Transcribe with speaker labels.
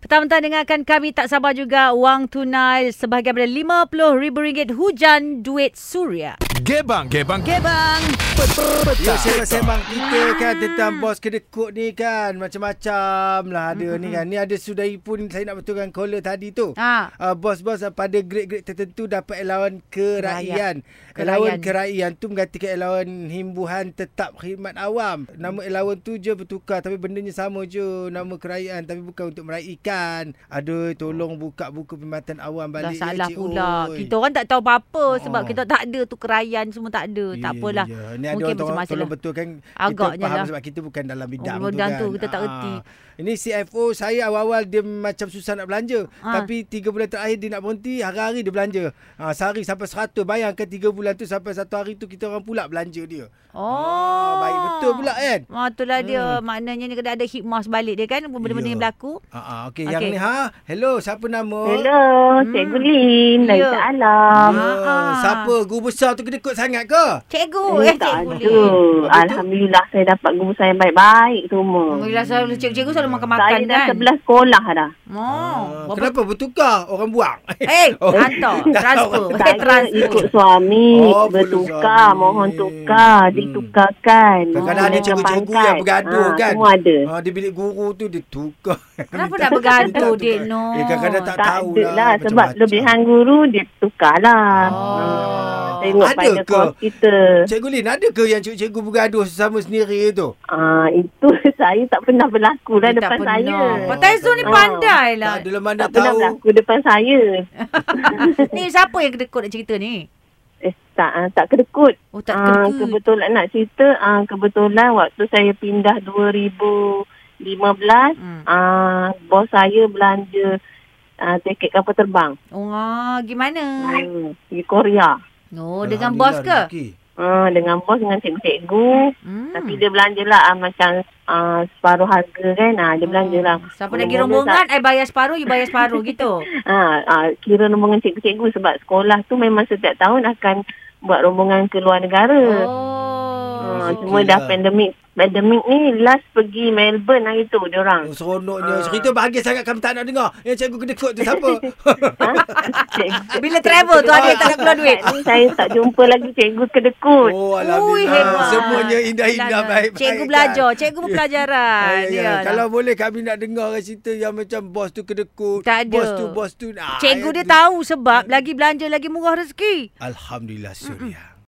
Speaker 1: Mentang-mentang dengarkan kami tak sabar juga wang tunai sebahagian daripada RM50,000 hujan duit suria.
Speaker 2: Gebang, gebang,
Speaker 1: Gebang.
Speaker 3: Ya sembang-sembang kita kan tentang bos kedekut ni kan macam-macam lah ada ni kan. Ni ada sudahi pun saya nak betulkan caller tadi tu.
Speaker 1: Ha.
Speaker 3: Uh, bos-bos uh, pada grade-grade tertentu dapat elawan keraian. Elawan keraian tu menggantikan elawan himbuhan tetap khidmat awam. Nama
Speaker 1: Mm.
Speaker 3: elawan tu je bertukar tapi bendanya sama je. Nama keraian tapi bukan untuk meraihkan. Aduh tolong buka buku perkhidmatan awam
Speaker 1: Dah
Speaker 3: balik. ya,
Speaker 1: salah
Speaker 3: Cik
Speaker 1: pula.
Speaker 3: Oi.
Speaker 1: Kita orang tak tahu apa-apa sebab
Speaker 3: Oh.
Speaker 1: kita tak ada tu keraian semua tak ada. tak
Speaker 3: Ya,
Speaker 1: apalah.
Speaker 3: ya, ya. Ni
Speaker 1: Mungkin
Speaker 3: ada orang tolong,
Speaker 1: macam-macam
Speaker 3: tolong
Speaker 1: lah.
Speaker 3: betulkan
Speaker 1: Agaknya
Speaker 3: kita faham
Speaker 1: lah.
Speaker 3: sebab kita bukan dalam bidang
Speaker 1: Orang
Speaker 3: tu
Speaker 1: bidang
Speaker 3: kan.
Speaker 1: tu kita tak
Speaker 3: Ah.
Speaker 1: erti.
Speaker 3: Ini CFO saya awal-awal dia macam susah nak belanja.
Speaker 1: Ah.
Speaker 3: Tapi 3 bulan terakhir dia nak berhenti, hari-hari dia belanja. Ha, sehari sampai 100. Bayangkan 3 bulan tu sampai 1 hari tu kita orang pula belanja dia. Ah,
Speaker 1: Oh.
Speaker 3: baik betul pula Hmm. kan?
Speaker 1: Ah, itulah dia. Maknanya ni kena ada hikmah sebalik dia kan. Benda-benda
Speaker 3: Ya.
Speaker 1: yang berlaku.
Speaker 3: Ha, ha, okey, okay. yang
Speaker 1: Okey.
Speaker 3: ni ha. Hello, siapa nama?
Speaker 4: Hello, Cikgu Lin dari
Speaker 1: Oh. Ya.
Speaker 4: yeah. Alam.
Speaker 3: Ya,
Speaker 1: Ah.
Speaker 3: siapa? Guru besar tu kedekut sangat ke?
Speaker 1: Cikgu.
Speaker 4: Eh,
Speaker 1: eh,
Speaker 4: tak
Speaker 1: cikgu
Speaker 4: ada.
Speaker 1: ni.
Speaker 4: Alhamdulillah saya dapat guru saya baik-baik semua.
Speaker 1: Alhamdulillah selalu cikgu-cikgu selalu makan-makan
Speaker 4: Saya dah
Speaker 1: kan.
Speaker 4: sebelah sekolah dah.
Speaker 1: Oh,
Speaker 3: Ah,
Speaker 1: berapa
Speaker 3: kenapa bertukar? Orang buang.
Speaker 1: Eh,
Speaker 3: Oh.
Speaker 1: hantar. Transfer.
Speaker 4: Saya
Speaker 1: Transfer.
Speaker 4: ikut suami
Speaker 3: Oh, perlu
Speaker 4: bertukar,
Speaker 3: suami.
Speaker 4: mohon tukar,
Speaker 3: Hmm.
Speaker 4: ditukarkan.
Speaker 3: Kadang-kadang ada
Speaker 4: menggunakan
Speaker 3: cikgu-cikgu
Speaker 4: pangkat.
Speaker 3: yang bergaduh
Speaker 4: Ah,
Speaker 3: kan.
Speaker 4: Semua ada.
Speaker 3: Ha, di bilik guru tu dia tukar.
Speaker 1: Kenapa
Speaker 3: Minta
Speaker 1: nak bergaduh,
Speaker 3: tukar.
Speaker 1: Dek Noh?
Speaker 3: Eh, kadang-kadang tak,
Speaker 4: Tak
Speaker 3: tahu
Speaker 4: ada lah sebab lebihan guru dia tukar lah.
Speaker 1: Oh.
Speaker 4: Ah, Tengok
Speaker 3: Ada
Speaker 4: pada
Speaker 3: ke?
Speaker 4: kos kita.
Speaker 3: Cikgu Lin, ada ke yang cikgu-cikgu bergaduh sesama sendiri tu?
Speaker 4: Ah, itu saya tak pernah berlaku lah
Speaker 1: Dia tak
Speaker 4: depan saya. Ah.
Speaker 1: pernah. Pak Taizul ni pandai lah. Ah,
Speaker 3: Tak ada lemah
Speaker 4: Tak
Speaker 3: nak
Speaker 4: pernah
Speaker 3: tahu.
Speaker 4: berlaku depan saya.
Speaker 1: Ni siapa yang kedekut nak cerita ni?
Speaker 4: Eh, tak, ah, tak kedekut.
Speaker 1: Oh tak
Speaker 4: Ah,
Speaker 1: kedekut.
Speaker 4: kebetulan nak cerita, ah, kebetulan waktu saya pindah 2015,
Speaker 1: Hmm.
Speaker 4: ah, bos saya belanja ah, tiket kapal terbang.
Speaker 1: Oh, gimana?
Speaker 4: Hmm, pergi Korea.
Speaker 1: Oh, dengan bos ke?
Speaker 3: Rezeki.
Speaker 4: Ah, dengan bos, dengan cikgu-cikgu.
Speaker 1: Hmm.
Speaker 4: Tapi dia belanja lah ah, macam ah, separuh harga kan. Ah, dia belanja lah.
Speaker 1: Oh, Siapa nak pergi
Speaker 4: Mula-mula
Speaker 1: rombongan, I bayar separuh, you bayar separuh gitu.
Speaker 4: Ha, ha, kira rombongan cikgu-cikgu sebab sekolah tu memang setiap tahun akan buat rombongan ke luar negara.
Speaker 1: Oh.
Speaker 4: Ha,
Speaker 3: okey
Speaker 4: cuma dah
Speaker 3: lah.
Speaker 4: pandemik. Pandemik ni last pergi Melbourne hari tu diorang.
Speaker 3: Oh, seronoknya.
Speaker 4: Ah.
Speaker 3: Cerita bahagia sangat kami tak nak dengar. Yang cikgu kedekut tu siapa?
Speaker 4: Ha? Cikgu-
Speaker 1: Ah, Bila travel Oh, tu ada yang tak nak keluar duit.
Speaker 4: Ni saya tak jumpa lagi cikgu kedekut.
Speaker 3: oh,
Speaker 1: Ui,
Speaker 3: Alhamdulillah.
Speaker 1: hebat.
Speaker 3: Semuanya indah-indah
Speaker 1: Alhamdulillah.
Speaker 3: baik-baik.
Speaker 1: Cikgu
Speaker 3: kan?
Speaker 1: belajar, lah, cikgu berpelajaran.
Speaker 3: Ya, ya.
Speaker 1: Yalah.
Speaker 3: Kalau boleh kami nak dengar cerita yang macam bos tu kedekut.
Speaker 1: Tak ada.
Speaker 3: Bos tu, bos tu. Ah,
Speaker 1: Cikgu
Speaker 3: yang
Speaker 1: dia
Speaker 3: tu.
Speaker 4: Eh.
Speaker 1: tahu sebab lagi belanja lagi murah rezeki.
Speaker 3: Alhamdulillah Suria.